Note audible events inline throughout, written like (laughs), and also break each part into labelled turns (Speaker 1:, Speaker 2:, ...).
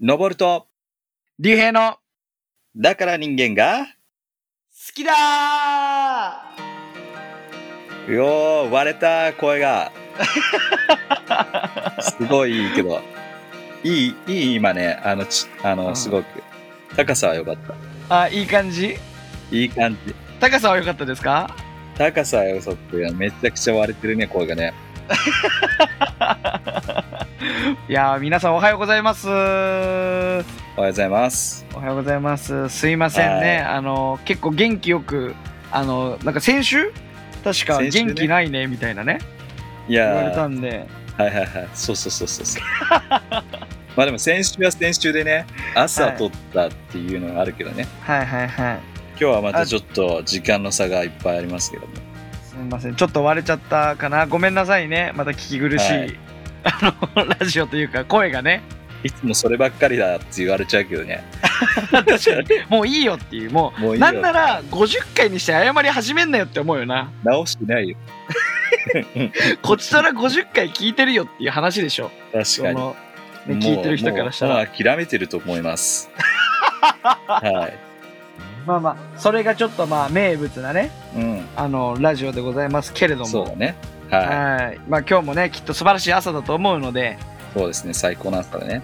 Speaker 1: 登ると、
Speaker 2: 竜兵の好
Speaker 1: だから人間が、
Speaker 2: きだー
Speaker 1: うよー、割れた声
Speaker 2: (laughs)
Speaker 1: が。すごいいいけど。いい、いい今ね、あの、ちあ
Speaker 2: う
Speaker 1: の、
Speaker 2: ん
Speaker 1: すごく、高さは良かった。
Speaker 2: あ、いい感じ
Speaker 1: いい感じ。
Speaker 2: 高さは良かったですか
Speaker 1: 高さは良さっていうのはめちゃくちゃ割れてるね、声がね。
Speaker 2: いやー、皆さんおはようございます。
Speaker 1: お
Speaker 2: おは
Speaker 1: はようございます。
Speaker 2: ようございます。すいませんね。あの、結構元気よく、あの、なんか先週確か
Speaker 1: 先週ね
Speaker 2: 元気ないね、みたいなね。
Speaker 1: い
Speaker 2: 言われ
Speaker 1: や
Speaker 2: た
Speaker 1: ー、
Speaker 2: んで。
Speaker 1: はいはいはい。そうそうそうそうそう。 (laughs) まあでも先週は先週でね、朝
Speaker 2: はい
Speaker 1: 撮ったっていうのがあるけどね。
Speaker 2: はいはいはい。
Speaker 1: 今日はまたちょっと時間の差がいっぱいありますけども。
Speaker 2: すみません。ちょっと割れちゃったかな。ごめんなさいね。また聞き苦しい。
Speaker 1: はい
Speaker 2: あの、ラジオというか、声がね。
Speaker 1: いつもそればっかりだって言われちゃうけどね。
Speaker 2: 確かに。 (laughs) もういいよっていう。もう、
Speaker 1: もういいよ
Speaker 2: なんなら50回にして謝り始めんなよって思うよな。
Speaker 1: 直してないよ。
Speaker 2: こちとら50回聞いてるよっていう話でしょ。
Speaker 1: 確かに。も
Speaker 2: の、ね、聞いてる人からした
Speaker 1: もう
Speaker 2: ら。
Speaker 1: もう諦めてると思い
Speaker 2: (laughs)
Speaker 1: ます。はい。
Speaker 2: まあまあ、それがちょっとまあ名物なね、
Speaker 1: うん。
Speaker 2: あの、ラジオでございますけれども。
Speaker 1: そうだね。は
Speaker 2: はい。まあ今日もね、きっと素晴らしい朝だと思うので、
Speaker 1: い。そうですね。最高なんですからね。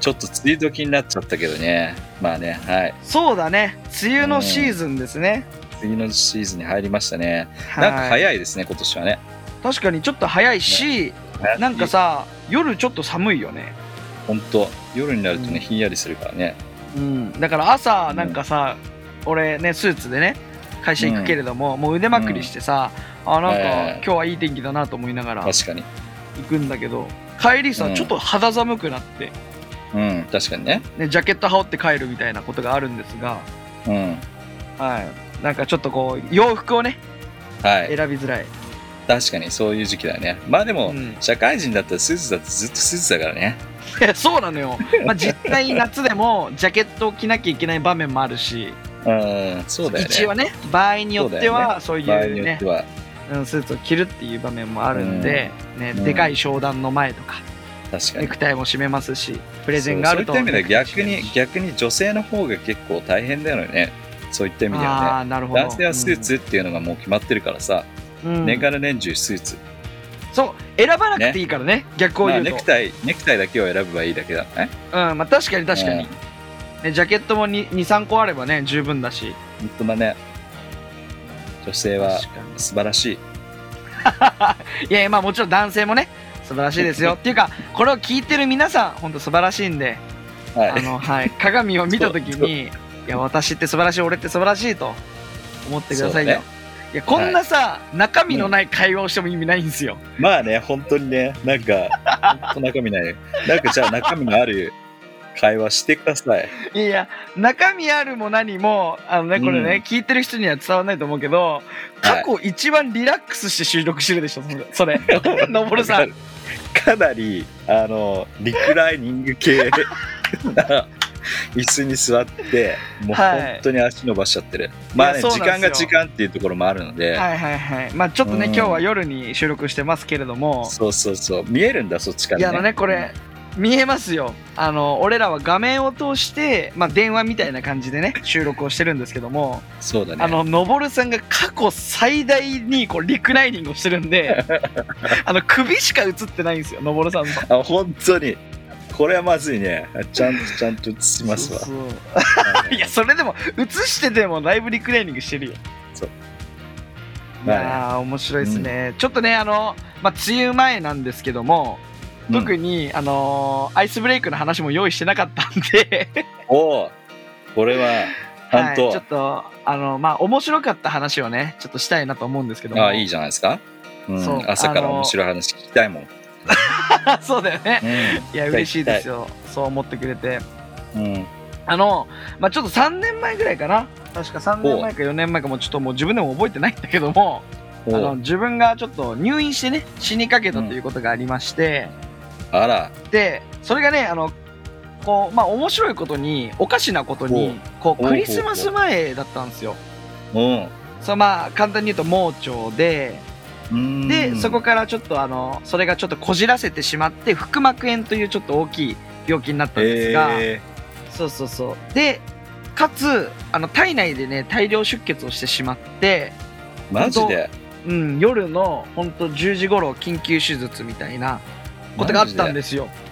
Speaker 1: ちょっと梅雨時になっちゃったけどね。まあね。はい。
Speaker 2: そうだね、梅雨のシーズンですね。
Speaker 1: 次のシーズンに入りましたね。
Speaker 2: は
Speaker 1: なんか早いですね、今年はね。
Speaker 2: 確かにちょっと早いし、なんか、さ、夜ちょっと寒いよね。
Speaker 1: 本当夜になると
Speaker 2: うん
Speaker 1: ね、ひんやりするからね。
Speaker 2: うん。だから朝、なんかさ、俺ね、スーツでね、会社行くけれども、もう腕まくりしてさ、あ、なんか、
Speaker 1: はい
Speaker 2: 今日はいい天気だなと思いながら行
Speaker 1: 確かに。
Speaker 2: くんだけど、帰りさ、
Speaker 1: うん
Speaker 2: ちょっと肌寒くなって、
Speaker 1: うん。確かにね。
Speaker 2: ね、ジャケット羽織って帰るみたいなことがあるんですが、
Speaker 1: うん。
Speaker 2: はい。なんかちょっとこう、洋服をね、
Speaker 1: はい
Speaker 2: 選。びづらい。
Speaker 1: 確かにそういう時期だよねまあでも、
Speaker 2: うん
Speaker 1: 社会人だったらスーツだってずっとスーツだからね
Speaker 2: そうなのよ。まあ、実際夏でも、ジャケットを着なきゃいけない場面もあるし、
Speaker 1: うんそうだよね
Speaker 2: 一応ね場合によってはそう
Speaker 1: 場合
Speaker 2: い
Speaker 1: に
Speaker 2: う
Speaker 1: よっ
Speaker 2: ね
Speaker 1: ては、
Speaker 2: うんスーツを着るっていう場面もあるんで、ね
Speaker 1: うん
Speaker 2: でかい商談の前とか
Speaker 1: 確か
Speaker 2: ネ
Speaker 1: に
Speaker 2: クタイも締めますしプレゼンがあると
Speaker 1: そうそういった意味では逆に
Speaker 2: ネクタイ
Speaker 1: 逆に女性の方が結構大変だよねそういった意
Speaker 2: も締
Speaker 1: 味で
Speaker 2: めるしあ
Speaker 1: はね
Speaker 2: あなるほど
Speaker 1: 男性はスーツっていうのがもう決まってるからさ、
Speaker 2: うんうん
Speaker 1: 年から年中スーツ、
Speaker 2: そう選ばなくていいからね逆を
Speaker 1: まあ、
Speaker 2: 言う
Speaker 1: ネ
Speaker 2: と、
Speaker 1: クタイネクタイだけを選べばいいだけだね
Speaker 2: うんまあ、確かに確か
Speaker 1: う
Speaker 2: に、
Speaker 1: ん
Speaker 2: ね、ジャケットも23個あればね十分だし
Speaker 1: 本当だね女性は
Speaker 2: 確かに
Speaker 1: 素晴らしい
Speaker 2: いやいやまあもちろん男性もね素晴らし
Speaker 1: (laughs)
Speaker 2: いですよっていうかこれを聞いてる皆さん本当素晴らしいんで
Speaker 1: は
Speaker 2: あ
Speaker 1: い
Speaker 2: の、はい、鏡を見たときに、いや、私って素晴らしい、俺って素晴らしいと思ってくださいよ。
Speaker 1: そうね
Speaker 2: いや、こんなさ、中身のない会話をしても意味ないんですよ。
Speaker 1: (laughs) まあね本当にねなんか本当中身ないなんかじゃあ中身のある会話してください
Speaker 2: いやいや、中身あるも何も、あのね、これね、
Speaker 1: うん
Speaker 2: 聞いてる人には伝わらないと思うけど、過去一番リラックスして収録してるでしょ、それ。そ
Speaker 1: (laughs)
Speaker 2: れのぼるさん。
Speaker 1: かなりあのリクライニング系な椅子に座ってもう
Speaker 2: はい
Speaker 1: 本当に足伸ばしちゃってる、まあね
Speaker 2: いやそう
Speaker 1: 時
Speaker 2: な
Speaker 1: 間
Speaker 2: んですよ
Speaker 1: が時間っていうところもあるので、
Speaker 2: はいはいはい。まあちょっとね、
Speaker 1: うん
Speaker 2: 今日は夜に収録してますけれども、
Speaker 1: そうそうそう見えるんだそっちから
Speaker 2: い
Speaker 1: ね
Speaker 2: やあのねこれ見えますよあの俺らは画面を通して、まあ、電話みたいな感じでね収録をしてるんですけども、
Speaker 1: そうだね
Speaker 2: あののぼるさんが過去最大にこうリクライニングをしてる
Speaker 1: (laughs)
Speaker 2: んであの首しか映ってないんですよのぼるさんの。
Speaker 1: あ本当にこれはまずいねちゃんとちゃんと映しますわ
Speaker 2: そうそう (laughs) いやそれでも映しててもだいぶリクライニングしてるよ。
Speaker 1: そう
Speaker 2: いやー面白いですね、ちょっとねあの、まあ、梅雨前なんですけども
Speaker 1: うん
Speaker 2: 特に、あのーアイスブレイクの話も用意してなかったんで
Speaker 1: おおこれは (laughs) 本
Speaker 2: はい、ち
Speaker 1: 当、
Speaker 2: ょっとあのまあ面白かった話をねちょっとしたいなと思うんですけども
Speaker 1: あいいじゃないですか、うん
Speaker 2: そう
Speaker 1: 朝か
Speaker 2: あ
Speaker 1: ら
Speaker 2: の
Speaker 1: 面白い話聞きたいもん、
Speaker 2: (laughs) そうだよね
Speaker 1: う
Speaker 2: いや嬉しいですよそう思ってくれて
Speaker 1: んうん、
Speaker 2: あのまあちょっと3年前ぐらいかな確か3年前か4年前かもちょっともう自分でも覚えてないんだけどもあ
Speaker 1: おう
Speaker 2: の自分がちょっと入院してね死にかけたということがありまして、
Speaker 1: あら
Speaker 2: でそれがねあのこうまあ面白いことにおかしなことにこう
Speaker 1: おう
Speaker 2: クリスマス前だったんですよ
Speaker 1: うん
Speaker 2: そうまあ簡単に言うと盲腸で
Speaker 1: うん
Speaker 2: でそこからちょっとあのそれがちょっとこじらせてしまって腹膜炎というちょっと大きい病気になったんですが、
Speaker 1: え
Speaker 2: そうそうそうでかつあの体内でね大量出血をしてしまって、
Speaker 1: ー、マジで
Speaker 2: うん、夜の本当10時頃緊急手術みたいなことがあったんですよ。うん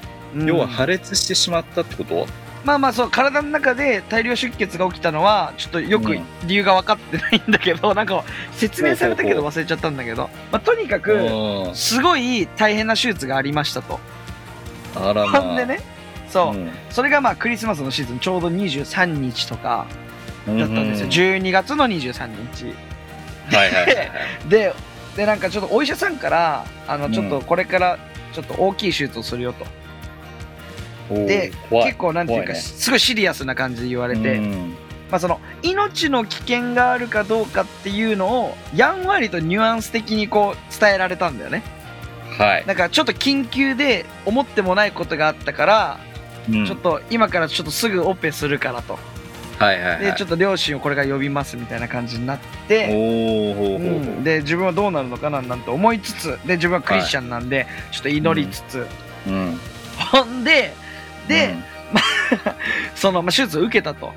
Speaker 1: 要は破裂してしまったってこと
Speaker 2: まあまあそう体の中で大量出血が起きたのはちょっとよく
Speaker 1: うん
Speaker 2: 理由が分かってないんだけど、 (laughs) なんか説明されたけど
Speaker 1: ほ
Speaker 2: 忘れちゃったんだけど、まあ、とにか
Speaker 1: う
Speaker 2: く
Speaker 1: ん
Speaker 2: すごい大変な手術がありましたと。
Speaker 1: あら
Speaker 2: ほ
Speaker 1: ま
Speaker 2: ん
Speaker 1: あ
Speaker 2: でねそう、
Speaker 1: うん
Speaker 2: それがまあクリスマスのシーズンちょうど23日とかだったんですよ、
Speaker 1: う
Speaker 2: 12月の23日。
Speaker 1: はいはいはいはい
Speaker 2: ででなんかちょっとお医者さんからあのちょっとこれからちょっと大きい手術をするよと、
Speaker 1: おー
Speaker 2: で
Speaker 1: 怖い
Speaker 2: 結構なんていうか、
Speaker 1: 怖いね
Speaker 2: すごいシリアスな感じで言われて、
Speaker 1: うん
Speaker 2: まあ、その命の危険があるかどうかっていうのをやんわりとニュアンス的にこう伝えられたんだよね
Speaker 1: はい、
Speaker 2: なんかちょっと緊急で思ってもないことがあったから、
Speaker 1: うん
Speaker 2: ちょっと今からちょっとすぐオペするからと
Speaker 1: はいはいはい
Speaker 2: でちょっと両親をこれから呼びますみたいな感じになって
Speaker 1: おおほうほうほう、
Speaker 2: うん、で自分はどうなるのかななんて思いつつで自分はクリスチャンなんで、ちょっと祈りつつ、
Speaker 1: うん
Speaker 2: ほんでで、その、まあ、手術を受けたと、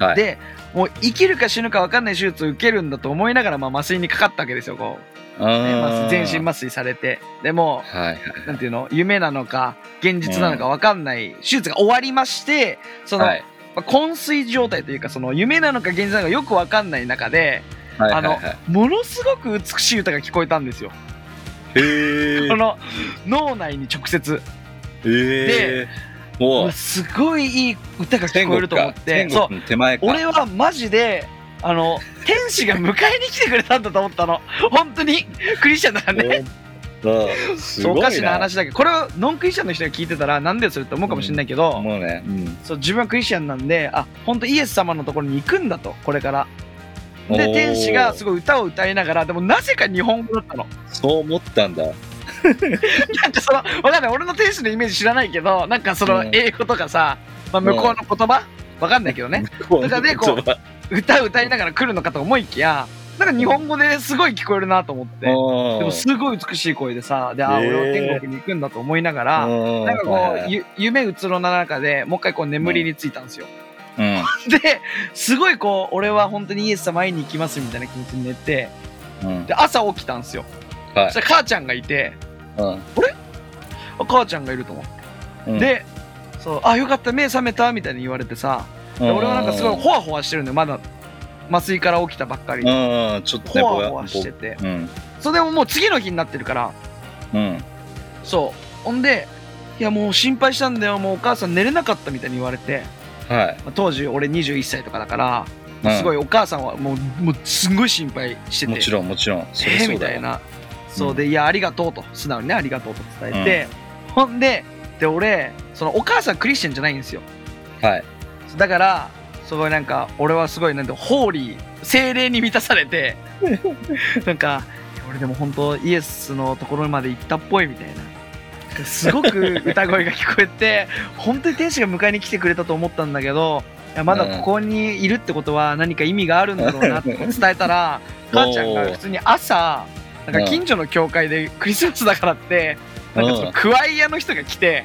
Speaker 1: うんはい、
Speaker 2: でもう生きるか死ぬか分かんない手術を受けるんだと思いながら、まあ、麻酔にかかったわけですよこう、ね麻
Speaker 1: あー
Speaker 2: 酔全身麻酔されてでも
Speaker 1: はいはい、
Speaker 2: うなんていうの夢なのか現実なのか分かんない、手術が終わりましてその、
Speaker 1: はい
Speaker 2: まあ昏睡状態というかその夢なのか現実なのかよく分かんない中で、
Speaker 1: はいはい
Speaker 2: あのものすごく美しい歌が聞こえたんですよ。
Speaker 1: へえ
Speaker 2: この脳内に直接
Speaker 1: えー、もう
Speaker 2: すごいいい歌が聞
Speaker 1: 天
Speaker 2: こえる
Speaker 1: 国
Speaker 2: と思っ
Speaker 1: か
Speaker 2: て
Speaker 1: 天
Speaker 2: そう
Speaker 1: 国の手前か
Speaker 2: 俺はマジであの天使が迎えに来てくれたんだと思ったの本当にクリスチャンだからね
Speaker 1: おうんす
Speaker 2: そう
Speaker 1: ごい
Speaker 2: お
Speaker 1: な
Speaker 2: かしな話だけどこれをノンクリスチャンの人が聞いてたらなんでそれって思うかもしれないけど、
Speaker 1: もうね、うん
Speaker 2: そう自分はクリスチャンなんであ本当イエス様のところに行くんだとこれから
Speaker 1: お
Speaker 2: で
Speaker 1: ー
Speaker 2: 天使がすごい歌を歌いながらでもなぜか日本語だったの
Speaker 1: そう思ったんだ
Speaker 2: なんかそのわかんない俺の天使のイメージ知らないけどなんかその
Speaker 1: うん
Speaker 2: 英語とかさ、まあ、向こうの言葉わかんないけどねだからねこう
Speaker 1: 言葉
Speaker 2: 歌歌いながら来るのかと思いきやなんか日本語ですごい聞こえるなと思って
Speaker 1: うん
Speaker 2: でもすごい美しい声でさで、あ
Speaker 1: へー
Speaker 2: 俺は天国に行くんだと思いながら、
Speaker 1: うん
Speaker 2: なんかこう、
Speaker 1: はいはい
Speaker 2: ゆ夢うつろな中でもう一回こう眠りについたんですよ、
Speaker 1: うん
Speaker 2: ですごいこう俺は本当にイエス様会いに行きますみたいな気持ちに寝て
Speaker 1: うん
Speaker 2: で朝起きたんですよ、
Speaker 1: はい
Speaker 2: そしたら母ちゃんがいて
Speaker 1: うん
Speaker 2: あ母ちゃんがいると思って、
Speaker 1: うん
Speaker 2: でそうあよかった目覚めたみたいに言われてさで俺はなんかすごいホワホワしてるんだよまだ麻酔から起きたばっかりで
Speaker 1: うんちょっとね
Speaker 2: ホワホ
Speaker 1: ぼ
Speaker 2: ワ
Speaker 1: や
Speaker 2: してて
Speaker 1: ぼうん
Speaker 2: それでももう次の日になってるから
Speaker 1: うん
Speaker 2: そうほんでいやもう心配したんだよもうお母さん寝れなかったみたいに言われて、
Speaker 1: はい
Speaker 2: まあ当時俺21歳とかだから、
Speaker 1: うん
Speaker 2: すごいお母さんはもうもうすんごい心配してて
Speaker 1: もちろんもちろんそりゃ
Speaker 2: えー、
Speaker 1: そう
Speaker 2: み
Speaker 1: だ
Speaker 2: た
Speaker 1: よ
Speaker 2: いなそうで、いやありがとうと素直にねありがとうと伝えて、ほんでで俺そのお母さんクリスチャンじゃないんですよ
Speaker 1: はい
Speaker 2: だからすごいなんか俺はすごいなんてホーリー精霊に満たされてなんか俺でも本当イエスのところまで行ったっぽいみたいなすごく歌声が聞こえて (laughs) 本当に天使が迎えに来てくれたと思ったんだけどいやまだここにいるってことは何か意味があるんだろうなって伝えたら母ちゃんが普通に朝なんか近所の教会でクリスマスだからってなんかそのクワイアの人が来て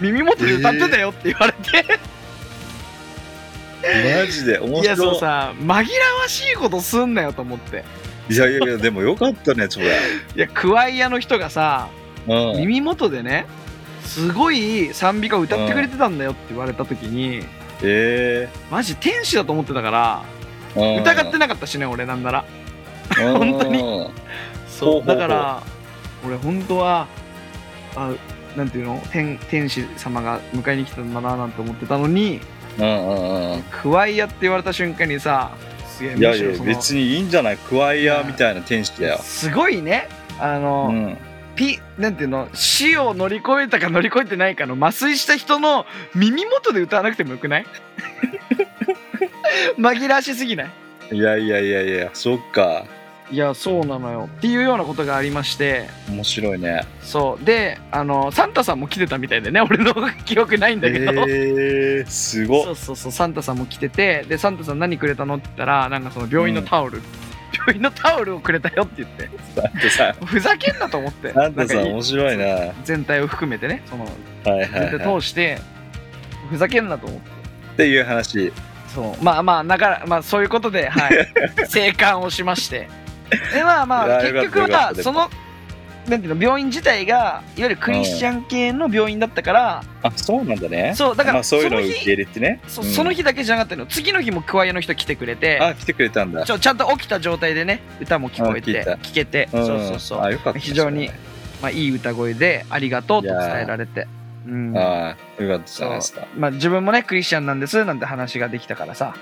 Speaker 2: 耳元で歌ってたよって言われて
Speaker 1: マジで面白
Speaker 2: いやそうさ紛らわしいことすんなよと思って
Speaker 1: いやいやいやでもよかったねそれ
Speaker 2: いやクワイアの人がさ (laughs)
Speaker 1: うん
Speaker 2: 耳元でねすごい賛美歌を歌ってくれてたんだよって言われた時に
Speaker 1: え
Speaker 2: マジ天使だと思ってたから
Speaker 1: えうん
Speaker 2: 疑ってなかったしね俺なんなら
Speaker 1: うん
Speaker 2: 本当に
Speaker 1: ほうほう
Speaker 2: そ
Speaker 1: ほ
Speaker 2: う
Speaker 1: う
Speaker 2: だから俺本当はあなんていうの天天使様が迎えに来たんだななんて思ってたのに
Speaker 1: うんうんうん
Speaker 2: クワイアって言われた瞬間にさすげえ
Speaker 1: いや
Speaker 2: む
Speaker 1: い
Speaker 2: しろ
Speaker 1: や
Speaker 2: その
Speaker 1: 別にいいんじゃないクワイヤーみたいな天使だよ、
Speaker 2: すごいねあの、
Speaker 1: うん、
Speaker 2: ピなんていうの死を乗り越えたか乗り越えてないかの麻酔した人の耳元で歌わなくてもよくない (laughs) 紛らわしすぎない
Speaker 1: いやいやいやいやそっか
Speaker 2: いやそうなのよっていうようなことがありまして
Speaker 1: 面白いね
Speaker 2: そうであのサンタさんも来てたみたいでね俺の記憶ないんだけど、
Speaker 1: えー、すご
Speaker 2: そ
Speaker 1: っ
Speaker 2: うそうそうサンタさんも来ててでサンタさん何くれたのって言ったらなんかその病院のタオル、病院のタオルをくれたよって言って
Speaker 1: サンタさん
Speaker 2: ふざけんなと思って
Speaker 1: サンタさ
Speaker 2: なんんかい
Speaker 1: 面白いなは
Speaker 2: 全体を含めてねその
Speaker 1: いはい、
Speaker 2: 全
Speaker 1: は
Speaker 2: 体通してふざけんなと思って
Speaker 1: っていう話。
Speaker 2: そうまあまあだからまあそういうことではい
Speaker 1: (laughs)
Speaker 2: 生還をしましてでまあまあ
Speaker 1: いやよ
Speaker 2: 結
Speaker 1: かった
Speaker 2: 局
Speaker 1: よか
Speaker 2: は
Speaker 1: った
Speaker 2: そのなんていうの病院自体がいわゆるクリスチャン系の病院だったから、
Speaker 1: あ、そうなんだね。
Speaker 2: そうだから
Speaker 1: まあ、そういうのを
Speaker 2: その日
Speaker 1: 受け入れてね。
Speaker 2: そ
Speaker 1: うん
Speaker 2: その日だけじゃなかったの次の日もクワイエの人来てくれて
Speaker 1: あ、来てくれたんだ
Speaker 2: ち。ょちゃんと起きた状態でね歌も聞こえて
Speaker 1: あ聞いた
Speaker 2: 聞けて、
Speaker 1: ん
Speaker 2: そうそうそう、
Speaker 1: あ、よかった。
Speaker 2: 非常に
Speaker 1: そ
Speaker 2: まあ、いい歌声でありがとうと伝えられて、うん
Speaker 1: れああ、よかったじゃないですか。
Speaker 2: まあ、自分もねクリスチャンなんですなんて話ができたからさ、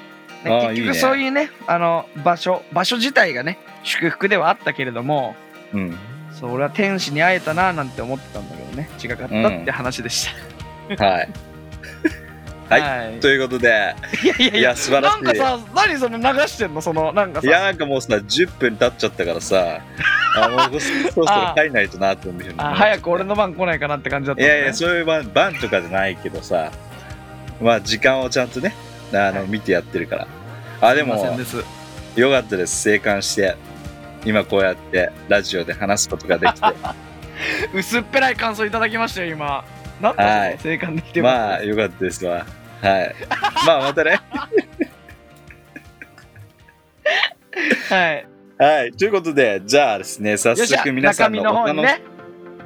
Speaker 2: ね
Speaker 1: ああ
Speaker 2: 結
Speaker 1: いいね
Speaker 2: 局そういうねあの場所場所自体がね祝福ではあったけれども
Speaker 1: うん。
Speaker 2: そう俺は天使に会えたななんて思ってたんだけどね違かったって話でし (laughs)
Speaker 1: はい。
Speaker 2: た、
Speaker 1: うん
Speaker 2: はい
Speaker 1: ということで、
Speaker 2: いやいやい
Speaker 1: い
Speaker 2: や
Speaker 1: や、素晴らし
Speaker 2: なんか
Speaker 1: い。
Speaker 2: さ何その流してんのそのなんか
Speaker 1: い
Speaker 2: さ
Speaker 1: や、なんかもうさ、10分経っちゃったからさ、あもうそろそろ帰んないとなって思うよね
Speaker 2: あ早く俺の番来ないかなって感じだっ
Speaker 1: い
Speaker 2: たんだね
Speaker 1: やいや、そういう番番とかじゃないけどさ、まあ、時間をちゃんとね、あ
Speaker 2: は
Speaker 1: の
Speaker 2: い
Speaker 1: 見てやってるから。あ、です
Speaker 2: い
Speaker 1: も、
Speaker 2: ませんです
Speaker 1: よかったです。生還して、今こうやってラジオで話すことができて。
Speaker 2: 薄っぺらい感想いただきましたよ今な
Speaker 1: は
Speaker 2: んだ
Speaker 1: い
Speaker 2: その生 (laughs) 還できてます、
Speaker 1: まあ、よかったですわ。はい。まあ、またね。
Speaker 2: はい
Speaker 1: はい。ということで、じゃあですね、早
Speaker 2: よっしゃ
Speaker 1: 速皆さ
Speaker 2: 中
Speaker 1: ん
Speaker 2: 身
Speaker 1: の
Speaker 2: の方にね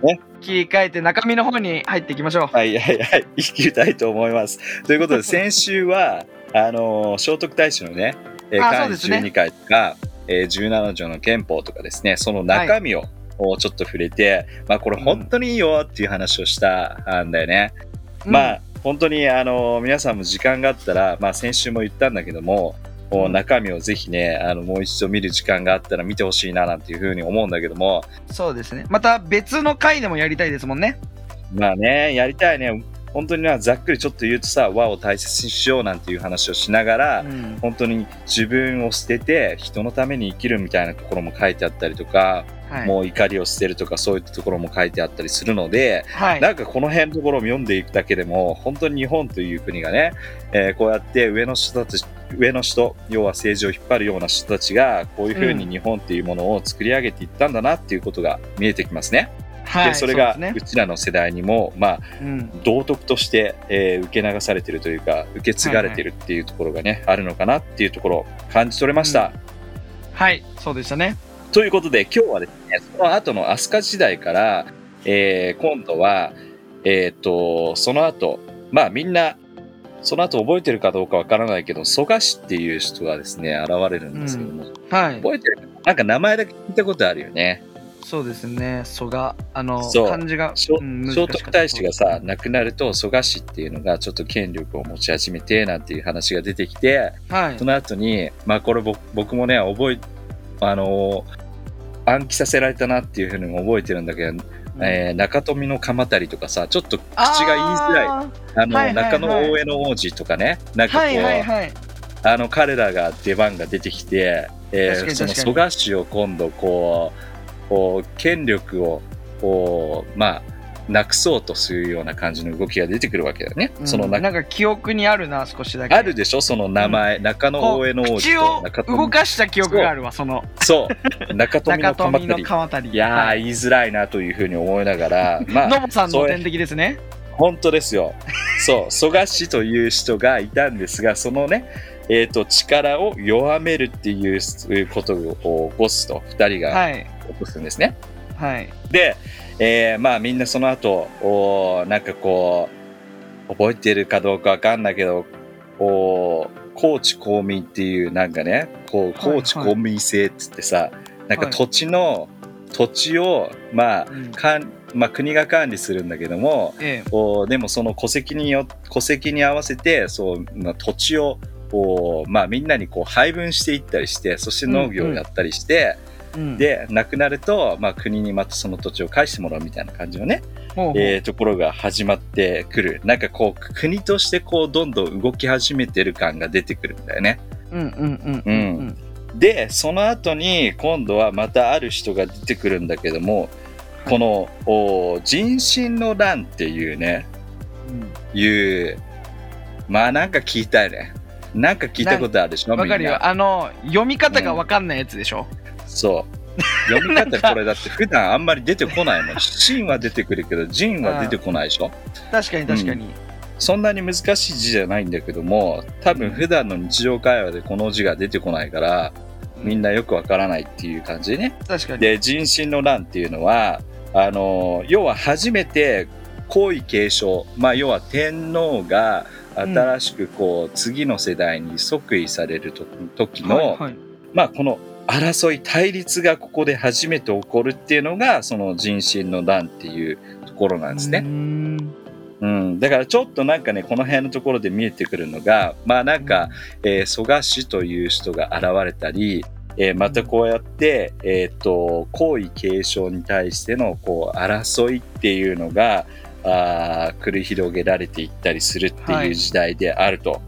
Speaker 1: ね
Speaker 2: 切り替えて中身の方に入っていきましょう
Speaker 1: はいはいはい、 (laughs) 行きたいと思います。という
Speaker 2: (laughs)
Speaker 1: ことで、先週は、あのー聖徳太子のね、えー
Speaker 2: あ
Speaker 1: 漢
Speaker 2: そうで
Speaker 1: 字
Speaker 2: すね
Speaker 1: 12回とか、えー17条の憲法とかですね、その中身を、をちょっと触れて、まあ、これ本当にいいよっていう話をしたんだよね。まあ、本当に、あのー皆さんも時間があったら、まあ、先週も言ったんだけども、もう中身をぜひね、あの、もう一度見る時間があったら見てほしいななんていうふうに思うんだけども、
Speaker 2: そうですね。また別の回でもやりたいですもんね。
Speaker 1: まあね、やりたいね。本当にな、ざっくりちょっと言うとさ、和を大切にしようなんていう話をしながら、
Speaker 2: うん
Speaker 1: 本当に自分を捨てて人のために生きるみたいなところも書いてあったりとか、
Speaker 2: はい。
Speaker 1: もう怒りを捨てるとかそういったところも書いてあったりするので、
Speaker 2: はい。
Speaker 1: なんかこの辺のところを読んでいくだけでも本当に日本という国がね、えーこうやって上の人たち上の人要は政治を引っ張るような人たちがこういうふうに日本っていうものを作り上げていったんだなっていうことが見えてきますね。
Speaker 2: は
Speaker 1: で
Speaker 2: い、
Speaker 1: それが
Speaker 2: うですね
Speaker 1: うちらの世代にも、まあ、
Speaker 2: うん。
Speaker 1: 道徳として、えー受け流されてるというか受け継がれてるっていうところがね、あるのかなっていうところを感じ取れました。
Speaker 2: はい。そうでしたね。
Speaker 1: ということで今日はですねその後の飛鳥時代から、えー今度は、えー、とその後まあみんなその後覚えてるかどうかわからないけど蘇我氏っていう人がですね現れるんですけども、
Speaker 2: はい。
Speaker 1: 覚えてるかななんか名前だけ聞いたことあるよね。
Speaker 2: そうですね。蘇が、あの、
Speaker 1: そう
Speaker 2: 漢字が、
Speaker 1: 聖
Speaker 2: うん
Speaker 1: 聖徳太子がさ、、
Speaker 2: 難しかっ
Speaker 1: 亡くなると蘇我氏っていうのがちょっと権力を持ち始めてなんていう話が出てきて
Speaker 2: たはい
Speaker 1: そ。の後にまあこれ僕僕もね覚えあのー暗記させられたなっていうふうにも覚えてるんだけど、えー中富の鎌足りとかさちょっと口が言いづらいあ
Speaker 2: あ
Speaker 1: の、
Speaker 2: はいはいはい
Speaker 1: 中野大江の王子とかねなん
Speaker 2: ー
Speaker 1: かこう、
Speaker 2: はいはいはい。
Speaker 1: あの彼らが出番が出てきて、えー
Speaker 2: 確かに
Speaker 1: そ
Speaker 2: 確
Speaker 1: の蘇
Speaker 2: かに
Speaker 1: 我氏を今度こうこう権力をこうまあなくそうとするような感じの動きが出てくるわけだよね。
Speaker 2: うん
Speaker 1: そのな
Speaker 2: なんか記憶にあるな、少しだけ。
Speaker 1: あるでしょその名前、中野
Speaker 2: こ
Speaker 1: 大江の
Speaker 2: う
Speaker 1: 王子
Speaker 2: 口
Speaker 1: と
Speaker 2: を
Speaker 1: 中
Speaker 2: 動
Speaker 1: 富
Speaker 2: かした記憶があるわ、その
Speaker 1: そう中富の
Speaker 2: 中
Speaker 1: 鎌
Speaker 2: 富
Speaker 1: 足
Speaker 2: の
Speaker 1: り
Speaker 2: 川たり。
Speaker 1: いや
Speaker 2: は
Speaker 1: ー言いづらいなというふうに思いなが
Speaker 2: (laughs)
Speaker 1: らま
Speaker 2: の
Speaker 1: あ
Speaker 2: ぼさんのお天敵ですね。
Speaker 1: 本当ですよそう蘇我氏という人がいたんですがそのねえー、と力を弱めるっていうことを起こすと2人が
Speaker 2: はい。
Speaker 1: 起こすんですね。
Speaker 2: はい。
Speaker 1: で、えーまあみんなその後おーなんかこう覚えてるかどうかわかんないけどこう高知公民っていうなんかねこう
Speaker 2: はいはい
Speaker 1: 高知公民制っつってさ、なんか
Speaker 2: はい
Speaker 1: 土地の、土地をまあ
Speaker 2: うん
Speaker 1: かん、まあ、国が管理するんだけども
Speaker 2: ええ。
Speaker 1: こうでもその戸籍によ戸籍に合わせてそう、まあ、土地をこう、まあ、みんなにこう配分していったりしてそして農業をやったりして。
Speaker 2: うん、
Speaker 1: で亡くなると、まあ、国にまたその土地を返してもらうみたいな感じのね、
Speaker 2: ほうほう
Speaker 1: えーところが始まってくるなんかこう国としてこうどんどん動き始めてる感が出てくるんだよね
Speaker 2: うんうんうん
Speaker 1: うん
Speaker 2: うん。
Speaker 1: でその後に今度はまたある人が出てくるんだけども、
Speaker 2: はい
Speaker 1: このお人心の乱っていうね
Speaker 2: うん
Speaker 1: いうまあなんか聞いたよねなんか聞いたことあるでしょ
Speaker 2: わかる
Speaker 1: みん
Speaker 2: よ。
Speaker 1: な
Speaker 2: あの、読み方がわかんないやつでしょ。
Speaker 1: そう読み方これだって普段あんまり出てこないの「真」は出てくるけど「人」は出てこないでしょ
Speaker 2: 確かに確かに。
Speaker 1: そんなに難しい字じゃないんだけども多分普段の日常会話でこの字が出てこないからみんなよくわからないっていう感じでね
Speaker 2: 確かに。
Speaker 1: で人心の乱っていうのはあの要は初めて皇位継承、まあ、要は天皇が新しくこう、次の世代に即位されると時の、
Speaker 2: はいはい
Speaker 1: まあ、この争い対立がここで初めて起こるっていうのがその人心の乱っていうところなんですね
Speaker 2: うー。ん
Speaker 1: うん、だからちょっとなんかねこの辺のところで見えてくるのがまあなんか、えー蘇我氏という人が現れたり、えーまたこうやって、えー、と皇位継承に対してのこう争いっていうのがあー繰り広げられていったりするって
Speaker 2: は
Speaker 1: いう
Speaker 2: い
Speaker 1: 時代であると。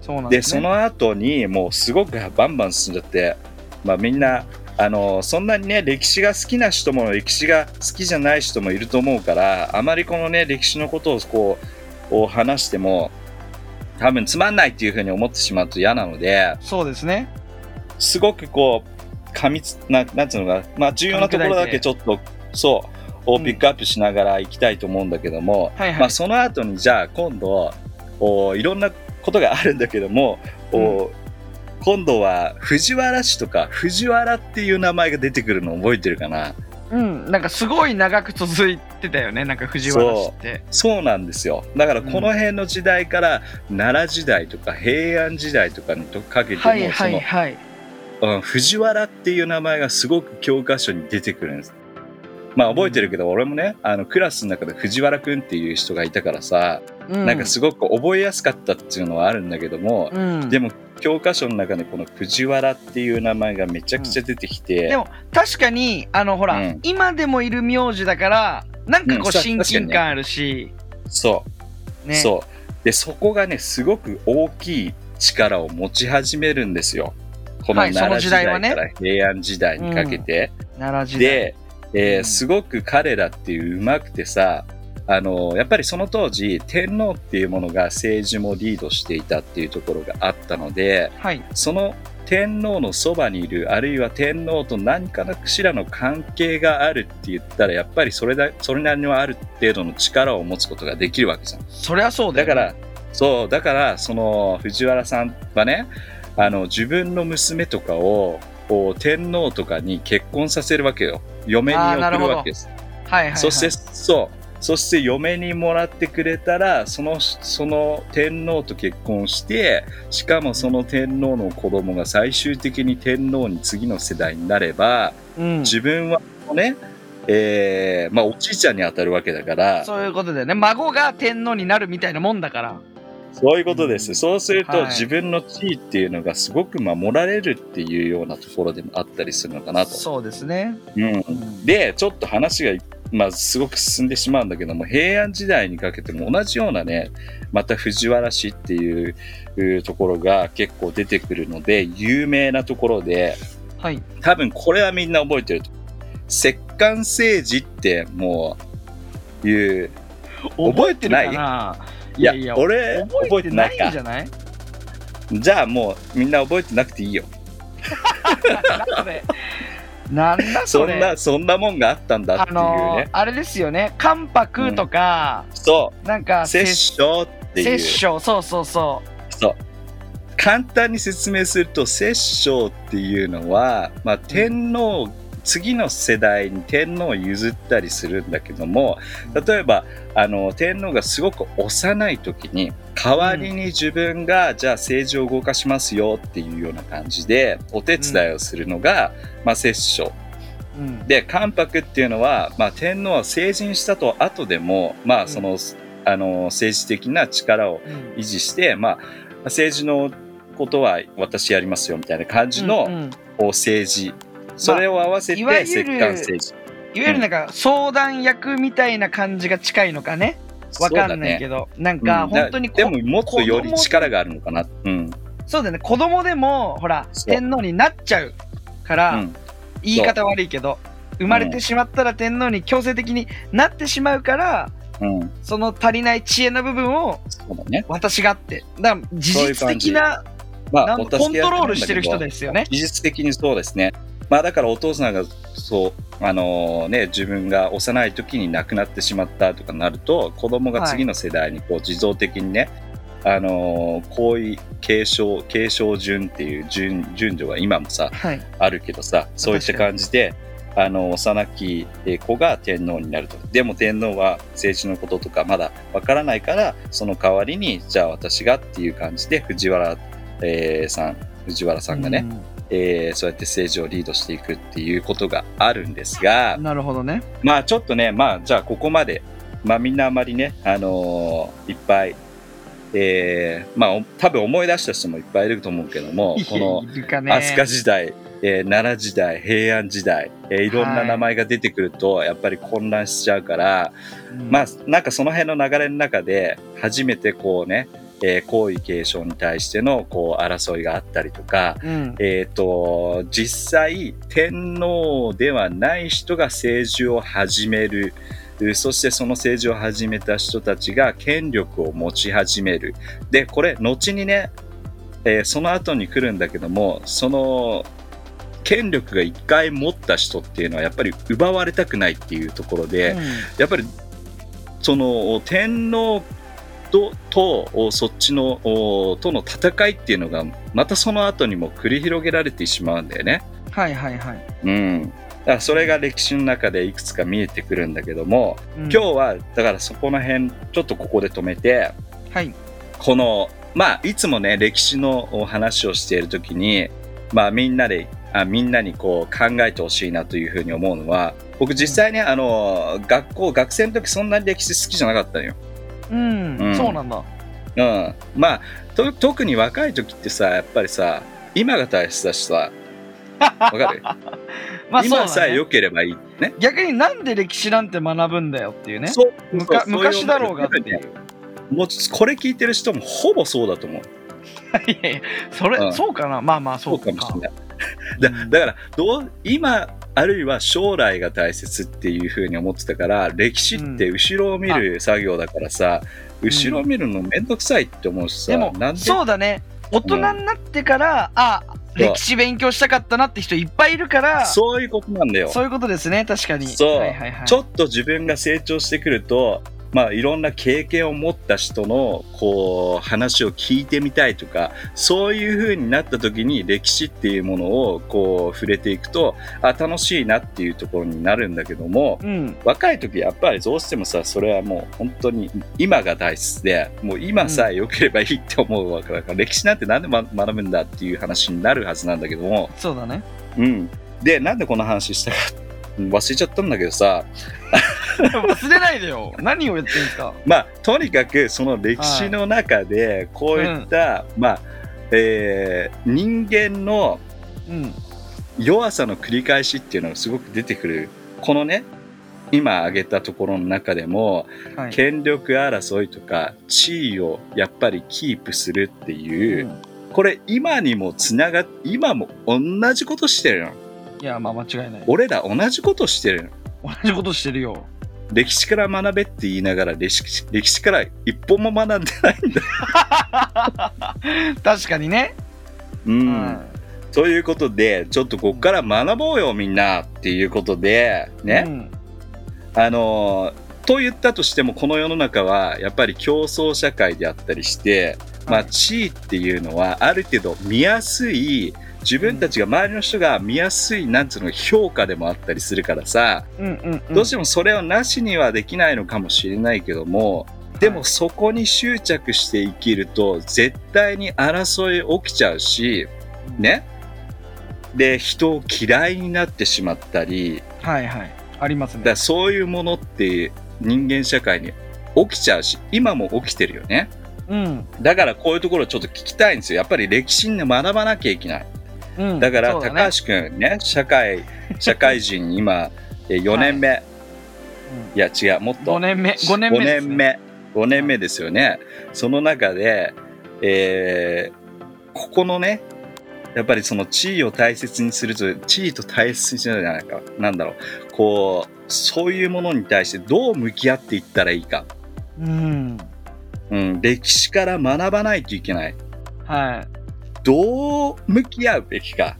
Speaker 2: そうなん
Speaker 1: で
Speaker 2: です、
Speaker 1: そ
Speaker 2: ね。
Speaker 1: の後にもうすごくバンバン進んじゃって、まあ、みんなあのそんなにね歴史が好きな人も歴史が好きじゃない人もいると思うからあまりこのね歴史のことをこうを話しても多分つまんないっていうふうに思ってしまうと嫌なので
Speaker 2: そうですね。
Speaker 1: すごくこう噛みつななんていうのかな、まあ、重要なところだけちょっとそうを
Speaker 2: うん
Speaker 1: ピックアップしながらいきたいと思うんだけども、
Speaker 2: はいはい。
Speaker 1: まあ、その後にじゃあ今度おいろんなことがあるんだけども、お今度は藤原氏とか藤原っていう名前が出てくるの覚えてるかな
Speaker 2: うん、なんかすごい長く続いてたよね、なんか藤原氏って。
Speaker 1: そうなんですよだからこの辺の時代から奈良時代とか平安時代とかにかけても、
Speaker 2: はいはいはい。
Speaker 1: その、うん、藤原っていう名前がすごく教科書に出てくるんです。まあ覚えてるけど俺もねあのクラスの中で藤原くんっていう人がいたからさ、
Speaker 2: う
Speaker 1: なんかすごく覚えやすかったっていうのはあるんだけども、
Speaker 2: うん、
Speaker 1: でも教科書の中でこの藤原っていう名前がめちゃくちゃ出てきて、
Speaker 2: でも確かにあのほら、
Speaker 1: うん
Speaker 2: 今でもいる名字だからなんか
Speaker 1: う
Speaker 2: こ
Speaker 1: ん
Speaker 2: う
Speaker 1: そう
Speaker 2: 親近感あるし、
Speaker 1: そう、
Speaker 2: ね
Speaker 1: そうでそこがねすごく大きい力を持ち始めるんですよこの
Speaker 2: はいそ
Speaker 1: 奈良
Speaker 2: の
Speaker 1: 時
Speaker 2: 時
Speaker 1: 代
Speaker 2: 代
Speaker 1: か
Speaker 2: はね
Speaker 1: ら平安時代にかけて、
Speaker 2: 奈良時代
Speaker 1: で、えー
Speaker 2: うん
Speaker 1: すごく彼らっていううまくてさあのやっぱりその当時天皇っていうものが政治もリードしていたっていうところがあったので、
Speaker 2: はい
Speaker 1: その天皇のそばにいるあるいは天皇と何かしらの関係があるって言ったらやっぱりそれだそれなりにはある程度の力を持つことができるわけじゃん。
Speaker 2: そりゃそうだ
Speaker 1: だか
Speaker 2: よ、ね、
Speaker 1: らそうだからその藤原さんはねあの自分の娘とかをこう天皇とかに結婚させるわけよ嫁に
Speaker 2: あー
Speaker 1: 送
Speaker 2: なる
Speaker 1: る
Speaker 2: ほど
Speaker 1: わけです。
Speaker 2: はいはいはい、
Speaker 1: そしてそうそして嫁にもらってくれたらそのその天皇と結婚してしかもその天皇の子供が最終的に天皇に次の世代になれば
Speaker 2: うん、
Speaker 1: 自分はね、えーまあ、おじいちゃんに当たるわけだから
Speaker 2: そういうことでね孫が天皇になるみたいなもんだから
Speaker 1: そういうことです、
Speaker 2: うん
Speaker 1: そうすると
Speaker 2: はい
Speaker 1: 自分の地位っていうのがすごく守られるっていうようなところでもあったりするのかなと。
Speaker 2: そうですね、
Speaker 1: うん
Speaker 2: うん
Speaker 1: でちょっと話が、まあ、すごく進んでしまうんだけども平安時代にかけても同じようなねまた藤原氏っていういうところが結構出てくるので有名なところで
Speaker 2: はい
Speaker 1: 多分これはみんな覚えてると摂関政治ってもういう覚えてない
Speaker 2: 覚えてるかない
Speaker 1: いや俺覚
Speaker 2: 覚
Speaker 1: え
Speaker 2: え
Speaker 1: て
Speaker 2: て
Speaker 1: な
Speaker 2: ないい
Speaker 1: か
Speaker 2: んじゃない
Speaker 1: じゃあもうみんな覚えてなくていいよ
Speaker 2: なんでなんだ
Speaker 1: そ
Speaker 2: そ
Speaker 1: ん
Speaker 2: れ
Speaker 1: なそんなもんがあったんだっ
Speaker 2: あ
Speaker 1: ていうね、
Speaker 2: のあれですよね関白とか、
Speaker 1: そ
Speaker 2: なんか
Speaker 1: う摂政っていう
Speaker 2: 摂政そうそうそう
Speaker 1: そう簡単に説明すると摂政っていうのは、まあ、天皇、次の世代に天皇を譲ったりするんだけども例えばあの天皇がすごく幼い時に代わりに自分が、じゃあ政治を動かしますよっていうような感じでお手伝いをするのが、まあ、摂政
Speaker 2: うん
Speaker 1: で関白っていうのは、まあ、天皇は成人したと後でも、まあそのあの政治的な力を
Speaker 2: うん
Speaker 1: 維持して、まあ、政治のことは私やりますよみたいな感じ
Speaker 2: うん
Speaker 1: の
Speaker 2: うん
Speaker 1: こう政治、それを合わせて
Speaker 2: いわゆる
Speaker 1: 摂関政治
Speaker 2: いわゆるなんか相談役みたいな感じが近いのかねわかんないけ
Speaker 1: ど
Speaker 2: ど、なんか本当にこ
Speaker 1: でももっとよ
Speaker 2: 子
Speaker 1: り
Speaker 2: 供
Speaker 1: 力があるのかなうん、
Speaker 2: そうだよね子供でもほら
Speaker 1: そう
Speaker 2: 天皇になっちゃうから、
Speaker 1: うん
Speaker 2: 言い方悪いけど生まれてしまったら天皇に強制的になってしまうから
Speaker 1: うん、
Speaker 2: その足りない知恵の部分を
Speaker 1: そうだね
Speaker 2: 私がってだから事実的な
Speaker 1: まあ
Speaker 2: なんコントロールしてる人
Speaker 1: す
Speaker 2: ですよね
Speaker 1: 技術的にそうですねまあだからお父さんがそう、あのね、自分が幼い時に亡くなってしまったとかなると子供が次の世代にこう自動的にね、あのー皇位継承継承順っていう順順序が今もさ
Speaker 2: はい。
Speaker 1: あるけどさそういった感じで、あの幼き子が天皇になるとでも天皇は政治のこととかまだわからないからその代わりにじゃあ私がっていう感じで藤原、えーさん藤原さんがね、えーそうやって政治をリードしていくっていうことがあるんですが
Speaker 2: うん。、なるほどね。
Speaker 1: まあちょっとね、まあじゃあここまで、まあみんなあまりね、あのーいっぱい、えーまあお多分思い出した人もいっぱいいると思うけども、この
Speaker 2: いるかね。
Speaker 1: 飛鳥時代、えー奈良時代、平安時代、えーいろんな名前が出てくると、やっぱり混乱しちゃうから、
Speaker 2: うん
Speaker 1: まあなんかその辺の流れの中で、初めてこうね、えー皇位継承に対してのこう争いがあったりとか、
Speaker 2: うん。
Speaker 1: えっ、と、実際、天皇ではない人が政治を始める。うそしてその政治を始めた人たちが権力を持ち始める。で、これ、後にね、えーその後に来るんだけども、その、権力が一回持った人っていうのはやっぱり奪われたくないっていうところで、やっぱりその天皇ととおそっちのおとの戦いっていうのがまたその後にも繰り広げられてしまうんだよね。
Speaker 2: うんはいはいはい。
Speaker 1: うん、だからそれが歴史の中でいくつか見えてくるんだけども、
Speaker 2: 今
Speaker 1: 今日はだからそこの辺ちょっとここで止めて
Speaker 2: はい。
Speaker 1: このまあいつもね歴史のお話をしている時にまあみんなであみんなにこう考えてほしいなというふうに思うのは僕実際ね、あの学校学生の時そんなに歴史好きじゃなかったのよ。
Speaker 2: うん、
Speaker 1: うん
Speaker 2: そうなんだ。
Speaker 1: うん、まあと特に若い時ってさやっぱりさ今が大切だし
Speaker 2: (laughs)
Speaker 1: さわかる、
Speaker 2: まあそう
Speaker 1: 今
Speaker 2: だ
Speaker 1: さえ
Speaker 2: ね
Speaker 1: 良。ければいいね
Speaker 2: 逆になんで歴史なんて学ぶんだよっていうね。
Speaker 1: そう
Speaker 2: むか
Speaker 1: そう
Speaker 2: 昔だろうがってい
Speaker 1: ね (laughs)
Speaker 2: う。
Speaker 1: もうこれ聞いてる人もほぼそうだと思う
Speaker 2: (laughs) いやいや、それ、
Speaker 1: うん
Speaker 2: そうかな。まあまあ、
Speaker 1: そ
Speaker 2: そうう
Speaker 1: か
Speaker 2: か。
Speaker 1: もしれない
Speaker 2: うん
Speaker 1: だだからどう今あるいは将来が大切っていうふうに思ってたから歴史って後ろを見る作業だからさ、
Speaker 2: ん
Speaker 1: 後ろを見るのめんどくさいって思うしさ、
Speaker 2: でも
Speaker 1: なん、で
Speaker 2: そうだね。大人になってから、あ、
Speaker 1: そう
Speaker 2: 歴史勉強したかったなって人いっぱいいるから、そ
Speaker 1: そういうことなんだよ
Speaker 2: ういうことですね、確かに。
Speaker 1: そう、
Speaker 2: はいはいはい。
Speaker 1: ちょっと自分が成長してくると、まあ、いろんな経験を持った人のこう話を聞いてみたいとかそういう風になった時に歴史っていうものをこう触れていくとあ楽しいなっていうところになるんだけども
Speaker 2: うん。
Speaker 1: 若い時やっぱりどうしてもさそれはもう本当に今が大切でもう今さえ良ければいいって思うわけだから、歴史なんて何でま学ぶんだっていう話になるはずなんだけども、
Speaker 2: そうだね。
Speaker 1: うん、でなんでこの話したか忘れちゃったんだけどさ
Speaker 2: 忘れないでよ。何をやってるんですか。
Speaker 1: まあとにかくその歴史の中でこういった、まあえー人間の
Speaker 2: うん。
Speaker 1: 弱さの繰り返しっていうのがすごく出てくるこのね今挙げたところの中でも
Speaker 2: はい。
Speaker 1: 権力争いとか地位をやっぱりキープするっていうう、
Speaker 2: ん
Speaker 1: これ今にもつながっ今も同じことしてるの
Speaker 2: いや、まあ間違いない。
Speaker 1: 俺ら同じことしてるの
Speaker 2: 同じことしてるよ。
Speaker 1: 歴史から学べって言いながら歴史歴史から一本も学んでないんだ、
Speaker 2: 確かにね。
Speaker 1: うん
Speaker 2: うん
Speaker 1: ということで、ちょっとこっから学ぼうよ、みんなっていうことで、
Speaker 2: う
Speaker 1: ね。
Speaker 2: ん
Speaker 1: あのーと言ったとしても、この世の中は、やっぱり競争社会であったりして、ま
Speaker 2: は
Speaker 1: あ、
Speaker 2: い
Speaker 1: 地位っていうのは、ある程度見やすい、自分たちが周りの人が見やすい、なんつうの、評価でもあったりするからさ、
Speaker 2: うんうんうん。
Speaker 1: どうしてもそれをなしにはできないのかもしれないけども、でもそこに執着して生きると、絶対に争い起きちゃうし、ね。で、人を嫌いになってしまったり、
Speaker 2: はいはい。あります
Speaker 1: だか
Speaker 2: ね
Speaker 1: ら。そういうものって人間社会に起きちゃうし、今も起きてるよね。
Speaker 2: うん。
Speaker 1: だからこういうところちょっと聞きたいんですよ。やっぱり歴史に学ばなきゃいけない。
Speaker 2: うん。
Speaker 1: だから
Speaker 2: そう
Speaker 1: 高
Speaker 2: ね
Speaker 1: 橋くんね、社会、社会人今え4年目、い、や違う、もっと。
Speaker 2: 五年目。五年目ですね。
Speaker 1: 5年目5年目ですよね、その中で、えーここのねやっぱりその地位を大切にすると地位と大切にするじゃないかなんだろうこうそういうものに対してどう向き合っていったらいいか、
Speaker 2: うん。
Speaker 1: うん、歴史から学ばないといけない
Speaker 2: は
Speaker 1: どう向き合うべきか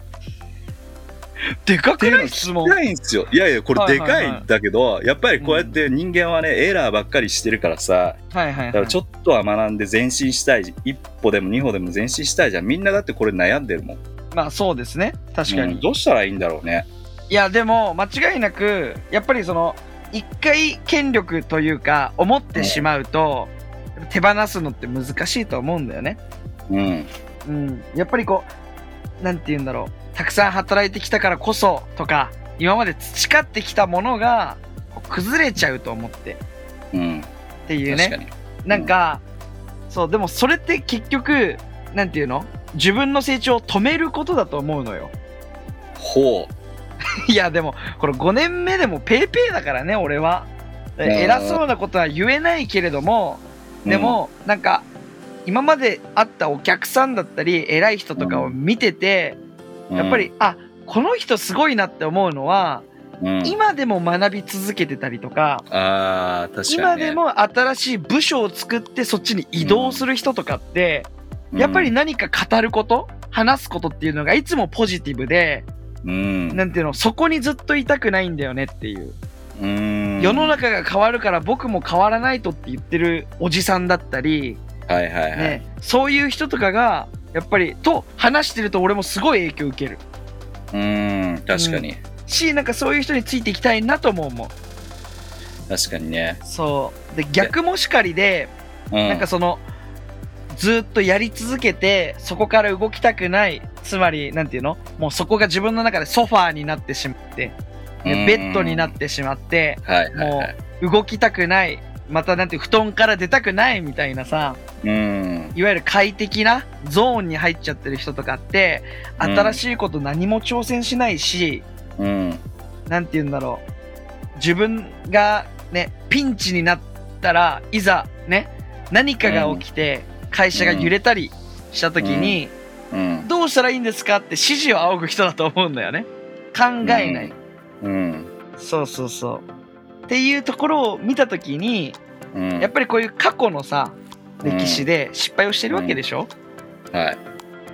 Speaker 2: でか
Speaker 1: って
Speaker 2: く
Speaker 1: いう
Speaker 2: な
Speaker 1: の
Speaker 2: い
Speaker 1: 聞
Speaker 2: 質問
Speaker 1: き。たいんですよ。いやいや、これ
Speaker 2: はい
Speaker 1: で
Speaker 2: はいは
Speaker 1: か
Speaker 2: い
Speaker 1: いんだけど、やっぱりこうやって人間はね、エラーばっかりしてるからさ、
Speaker 2: はいは
Speaker 1: だ
Speaker 2: い、
Speaker 1: か
Speaker 2: は
Speaker 1: ら
Speaker 2: い。
Speaker 1: ちょっとは学んで前進したい、一歩でも二歩でも前進したいじゃん。みんなだってこれ悩んでるもん。
Speaker 2: まあそうですね。確かに。
Speaker 1: うんどうしたらいいんだろうね。
Speaker 2: いやでも間違いなくやっぱりその一回権力というか思ってしまうと、手放すのって難しいと思うんだよね。
Speaker 1: うん。
Speaker 2: うん、やっぱりこうなんて言うんだろうたくさん働いてきたからこそとか今まで培ってきたものがこう崩れちゃうと思って
Speaker 1: うん。
Speaker 2: っていう
Speaker 1: 確か
Speaker 2: ね
Speaker 1: に。
Speaker 2: なんか、そうでもそれって結局なんていうの自分の成長を止めることだと思うのよ。
Speaker 1: ほう。
Speaker 2: (laughs) いやでもこれ5年目でもペイペイだからね俺は
Speaker 1: うん
Speaker 2: 偉そうなことは言えないけれどもでもなんか今まで会ったお客さんだったり偉い人とかを見てて
Speaker 1: うん、
Speaker 2: やっぱりあこの人すごいなって思うのは
Speaker 1: うん、
Speaker 2: 今でも学び続けてたりとか
Speaker 1: ああ、確かに、ね。
Speaker 2: 今でも新しい部署を作ってそっちに移動する人とかってやっぱり何か語ること話すことっていうのがいつもポジティブで
Speaker 1: うん、
Speaker 2: なんていうのそこにずっといたくないんだよねっていう。
Speaker 1: うん、
Speaker 2: 世の中が変わるから僕も変わらないとって言ってるおじさんだったり、
Speaker 1: はいはいはい、
Speaker 2: ね、そういう人とかがやっぱりと話してると俺もすごい影響受ける
Speaker 1: うん確かに、
Speaker 2: しなんかそういう人についていきたいなとも思う
Speaker 1: 確かにね、
Speaker 2: そうで逆もしかりで
Speaker 1: うん、
Speaker 2: なんかそのずっとやり続けてそこから動きたくないつまりなんていうのもうそこが自分の中でソファーになってしまって、ね
Speaker 1: うん
Speaker 2: ベッドになってしまって
Speaker 1: はいはい
Speaker 2: も
Speaker 1: はいう
Speaker 2: 動きたくないまたなんていう布団から出たくないみたいなさ
Speaker 1: うん
Speaker 2: いわゆる快適なゾーンに入っちゃってる人とかって
Speaker 1: うん
Speaker 2: 新しいこと何も挑戦しないし、
Speaker 1: うん
Speaker 2: なんて言うんだろう自分がねピンチになったらいざね何かが起きて会社が揺れたりした時に、
Speaker 1: うん
Speaker 2: どうしたらいいんですかって指示を仰ぐ人だと思うんだよね考えない、
Speaker 1: うん
Speaker 2: そうそうそうっていうところを見た時に
Speaker 1: うん
Speaker 2: やっぱりこういう過去のさ歴史で失敗をしてるわけでしょ、
Speaker 1: はい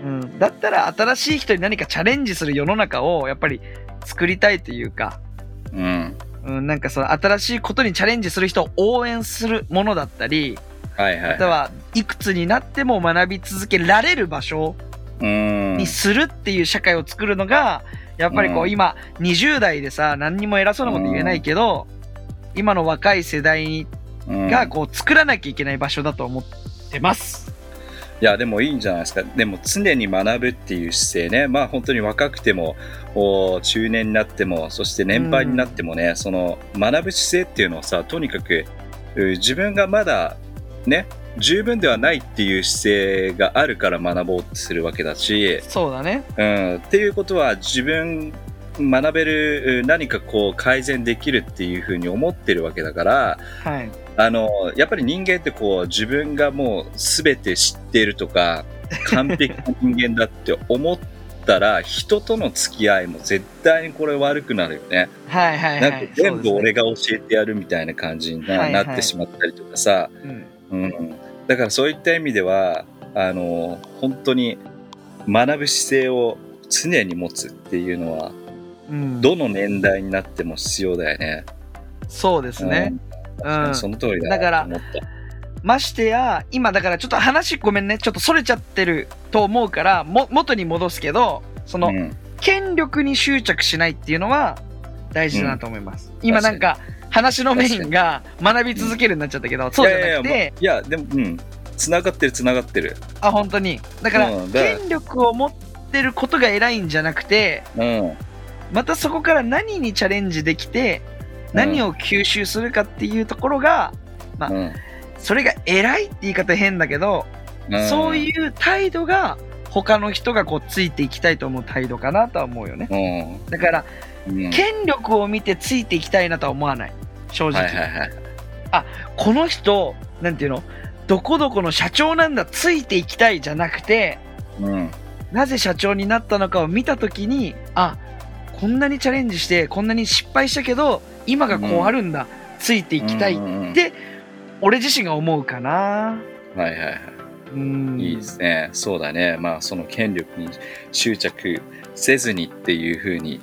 Speaker 2: うん、だったら新しい人に何かチャレンジする世の中をやっぱり作りたいというか、
Speaker 1: うん
Speaker 2: うん、なんかその新しいことにチャレンジする人を応援するものだったり
Speaker 1: はいはい
Speaker 2: またはいくつになっても学び続けられる場所
Speaker 1: うん
Speaker 2: にするっていう社会を作るのがやっぱりこ
Speaker 1: う
Speaker 2: うん今20代でさ何にも偉そうなこと言えないけど今の若い世代
Speaker 1: うん
Speaker 2: がこう作らなきゃいけない場所だと思ってます。
Speaker 1: いやでもいいんじゃないですかでも常に学ぶっていう姿勢ねまあ本当に若くてもお中年になってもそして年配になってもね、その学ぶ姿勢っていうのはさとにかくう自分がまだね十分ではないっていう姿勢があるから学ぼうとするわけだし、
Speaker 2: そうだね。
Speaker 1: うん、っていうことは自分学べるう何かこう改善できるっていうふうに思ってるわけだから
Speaker 2: はい。
Speaker 1: あのやっぱり人間ってこう自分がもう全て知っていると
Speaker 2: (laughs)
Speaker 1: か完璧な人間だって思ったら人との付き合いも絶対にこれ悪くなるよね。
Speaker 2: はいはいはい。
Speaker 1: なんか全部
Speaker 2: そうで
Speaker 1: 俺が教えてやるみたいな感じに
Speaker 2: は
Speaker 1: ない
Speaker 2: はい
Speaker 1: なってしまったりとかさ、
Speaker 2: すね。うん
Speaker 1: うん、だからそういった意味ではあの本当に学ぶ姿勢を常に持つっていうのは
Speaker 2: うん
Speaker 1: どの年代になっても必要だよね。
Speaker 2: そうですね。う
Speaker 1: うん
Speaker 2: ん。
Speaker 1: その通りだ
Speaker 2: だから
Speaker 1: と思った。
Speaker 2: ましてや、今だからちょっと話ごめんね、ちょっとそれちゃってると思うから、も元に戻すけど、その、
Speaker 1: うん
Speaker 2: 権力に執着しないっていうのは大事だなと思います。今なんか、話のメインが学び続けるになっちゃったけど、そうじゃなくて、
Speaker 1: いやいやいやまあいやでもうん繋がってる繋がってる。
Speaker 2: あ、本当に。だから、
Speaker 1: うんだから
Speaker 2: 権力を持ってることが偉いんじゃなくて、
Speaker 1: うん
Speaker 2: またそこから何にチャレンジできて、何を吸収するかっていうところが、あ
Speaker 1: うん
Speaker 2: それが偉いって言い方変だけど、
Speaker 1: うん
Speaker 2: そういう態度が他の人がこうついていきたいと思う態度かなとは思うよね。
Speaker 1: うん
Speaker 2: だから、
Speaker 1: うん
Speaker 2: 権力を見てついていきたいなとは思わない。正直。
Speaker 1: はいはいはい
Speaker 2: この人、なんていうのどこどこの社長なんだ、ついていきたいじゃなくて、
Speaker 1: うん
Speaker 2: なぜ社長になったのかを見たときに、あ、こんなにチャレンジして、こんなに失敗したけど、今がこうあるんだ、ついていきたい、
Speaker 1: うんうんうん
Speaker 2: で俺自身が思うかな。
Speaker 1: はいはいはい。
Speaker 2: うん。
Speaker 1: いいですね。そうだね。まあ、その権力に執着せずにっていうふうに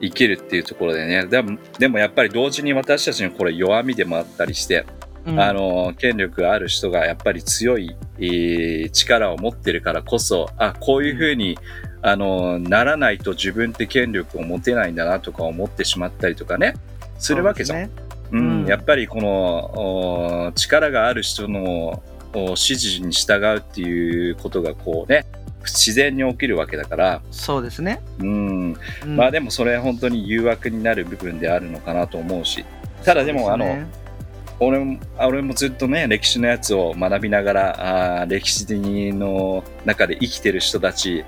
Speaker 1: 生きるっていうところでねでもでもやっぱり同時に私たちのこれ弱みでもあったりして、
Speaker 2: うん
Speaker 1: あの権力ある人がやっぱり強い、えー力を持ってるからこそあこういうふうに、あのならないと自分って権力を持てないんだなとか思ってしまったりとかねするわけじゃん。
Speaker 2: そうですね
Speaker 1: うん
Speaker 2: うん
Speaker 1: やっぱりこのお力がある人のお指示に従うっていうことがこうね自然に起きるわけだから、
Speaker 2: そうですね。
Speaker 1: うん、
Speaker 2: うん
Speaker 1: まあでもそれは本当に誘惑になる部分であるのかなと思うしただでも
Speaker 2: そうす
Speaker 1: あの
Speaker 2: ね
Speaker 1: 俺も俺もずっとね歴史のやつを学びながらあー歴史の中で生きてる人たち、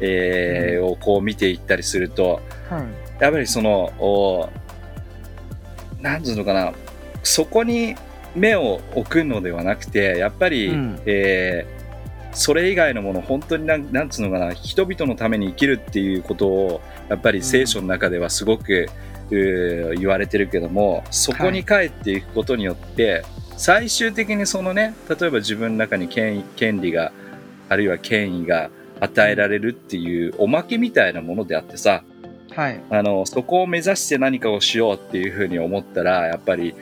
Speaker 1: えーをこう見ていったりすると
Speaker 2: はい
Speaker 1: やっぱりそのおなんつうのかなそこに目を置くのではなくてやっぱり、
Speaker 2: うん
Speaker 1: えーそれ以外のもの本当になんなんつうのかな人々のために生きるっていうことをやっぱり聖書の中ではすごく、うー言われてるけどもそこに帰っていくことによって、最終的にそのね例えば自分の中に権威権利があるいは権威が与えられるっていうおまけみたいなものであってさ、
Speaker 2: はい。
Speaker 1: あのそこを目指して何かをしようっていうふうに思ったらやっぱり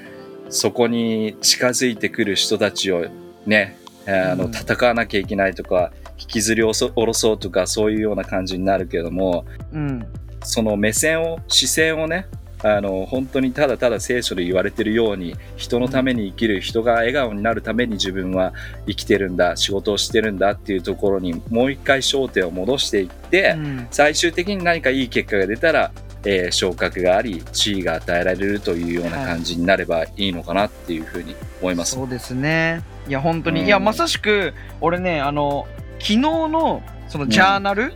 Speaker 1: そこに近づいてくる人たちをねあの
Speaker 2: うん
Speaker 1: 戦わなきゃいけないとか引きずりおそ下ろそうとかそういうような感じになるけれども
Speaker 2: うん。
Speaker 1: その目線を視線をねあの本当にただただ聖書で言われてるように人のために生きる人が笑顔になるために自分は生きてるんだ仕事をしてるんだっていうところにもう一回焦点を戻していって、
Speaker 2: うん
Speaker 1: 最終的に何かいい結果が出たら、えー昇格があり地位が与えられるというような感じになればいいのかなっていうふうに思います。
Speaker 2: そうですね。いや、本当に。
Speaker 1: うん
Speaker 2: いや、まさしく、俺ね、あの、昨日の、そのジャーナル、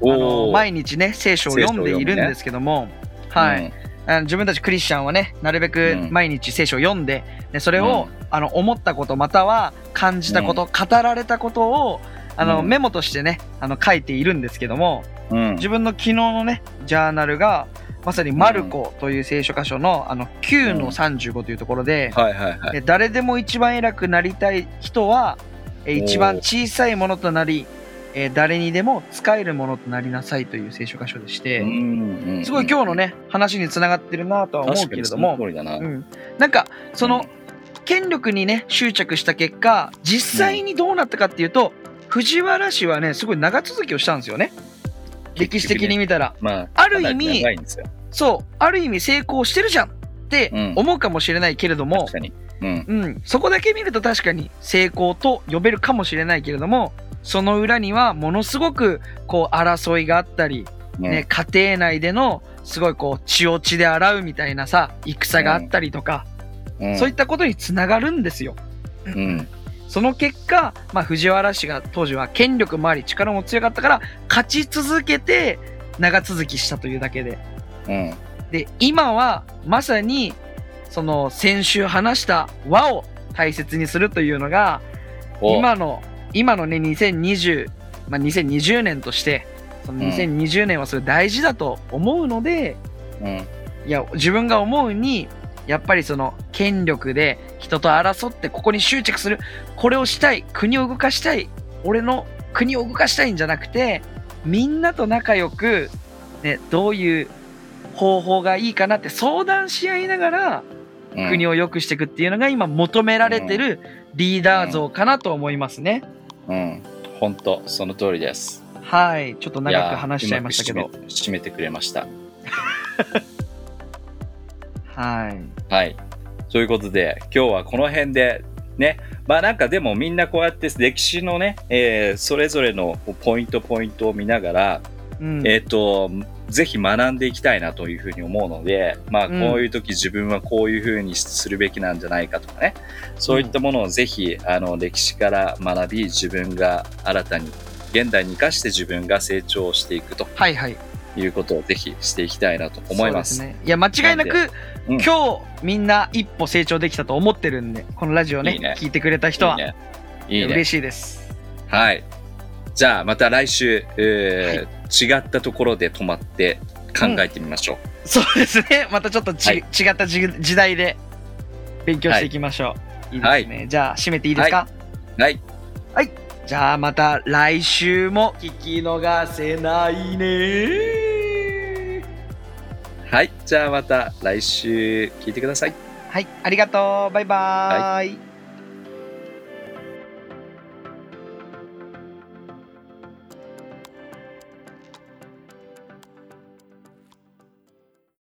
Speaker 1: お
Speaker 2: あの
Speaker 1: ー
Speaker 2: 毎日ね、聖書を読んでいるんですけども、はい、
Speaker 1: うん
Speaker 2: あの自分たちクリスチャンはね、なるべく
Speaker 1: うん
Speaker 2: 毎日聖書を読んで、でそれを、あの思ったこと、または感じたこと、語られたことを、あの、
Speaker 1: うん
Speaker 2: メモとしてね、あの書いているんですけども、
Speaker 1: うん
Speaker 2: 自分の昨日のね、ジャーナルが、まさにマルコという聖書箇所の、あの、9の35というところで、
Speaker 1: はいはいはい。
Speaker 2: え誰でも一番偉くなりたい人は
Speaker 1: お
Speaker 2: え
Speaker 1: ー
Speaker 2: 一番小さいものとなりえー誰にでも使えるものとなりなさいという聖書箇所でして、
Speaker 1: うん
Speaker 2: すごい今日の、ね話につながってるなと
Speaker 1: う
Speaker 2: は
Speaker 1: ん
Speaker 2: 思う
Speaker 1: 確か
Speaker 2: けれ
Speaker 1: に
Speaker 2: ど
Speaker 1: その
Speaker 2: も
Speaker 1: 通、りだな。
Speaker 2: うん、なんかその、権力にね執着した結果実際にどうなったかっていうと、藤原氏はねすごい長続きをしたんですよね歴史的に見たら。
Speaker 1: まあ、
Speaker 2: ある意
Speaker 1: かなり
Speaker 2: 味
Speaker 1: 長いんですよ
Speaker 2: そうある意味成功してるじゃんって思うかもしれないけれども、
Speaker 1: 確かに。うん
Speaker 2: うん、そこだけ見ると確かに成功と呼べるかもしれないけれどもその裏にはものすごくこう争いがあったり、
Speaker 1: うん
Speaker 2: ね、家庭内でのすごいこう血を血で洗うみたいなさ戦があったりとか、
Speaker 1: うん
Speaker 2: そういったことにつながるんですよ。
Speaker 1: うん
Speaker 2: その結果、まあ、藤原氏が当時は権力もあり力も強かったから勝ち続けて長続きしたというだけで
Speaker 1: うん
Speaker 2: で今はまさにその先週話した和を大切にするというのが
Speaker 1: お
Speaker 2: 今の今のね2020、まあ、2020年としてその
Speaker 1: うん
Speaker 2: 2020年はそれ大事だと思うので、
Speaker 1: うん
Speaker 2: いや自分が思うにやっぱりその権力で人と争ってここに執着するこれをしたい国を動かしたい俺の国を動かしたいんじゃなくてみんなと仲良く、ね、どういう方法がいいかなって相談し合いながら
Speaker 1: うん
Speaker 2: 国を良くしていくっていうのが今求められてるリーダー像かなと思いますね。
Speaker 1: うん本当その通りです。
Speaker 2: はい、ちょっと長く話しちゃいましたけ
Speaker 1: やー
Speaker 2: ど
Speaker 1: う。まく締め締めてくれました。
Speaker 2: はい。
Speaker 1: はい。ということで、今日はこの辺で、ね。まあなんかでもみんなこうやって歴史のね、えーそれぞれのポイントポイントを見ながら、
Speaker 2: うん、
Speaker 1: えっ、と、ぜひ学んでいきたいなというふうに思うので、まあこ
Speaker 2: う
Speaker 1: うんいう時自分はこういうふうにするべきなんじゃないかとかね、そういったものをぜひ、あの、歴史から学び、自分が新たに、現代に生かして自分が成長していくと
Speaker 2: はいはい。
Speaker 1: いうことをぜひしていきたいなと思います。
Speaker 2: そうでね。いや、間違いなく、
Speaker 1: なんうん
Speaker 2: 今日みんな一歩成長できたと思ってるんで、このラジオね、
Speaker 1: いいね
Speaker 2: 聞いてくれた人は、
Speaker 1: いいね。いいね。
Speaker 2: 嬉しいです。
Speaker 1: はい。じゃあまた来週、えー違ったところで止まって考えてみましょう。
Speaker 2: そうですね。 (laughs) またちょっとち、
Speaker 1: はい
Speaker 2: 違った時時代で勉強していきましょう。
Speaker 1: はい
Speaker 2: い、いですね。じゃあ、締めていいですか、
Speaker 1: はい。
Speaker 2: じゃあ、また来週も聞き逃せないね
Speaker 1: はい。じゃあまた来週聞いてください。
Speaker 2: はい、ありがとう。バイバーイ。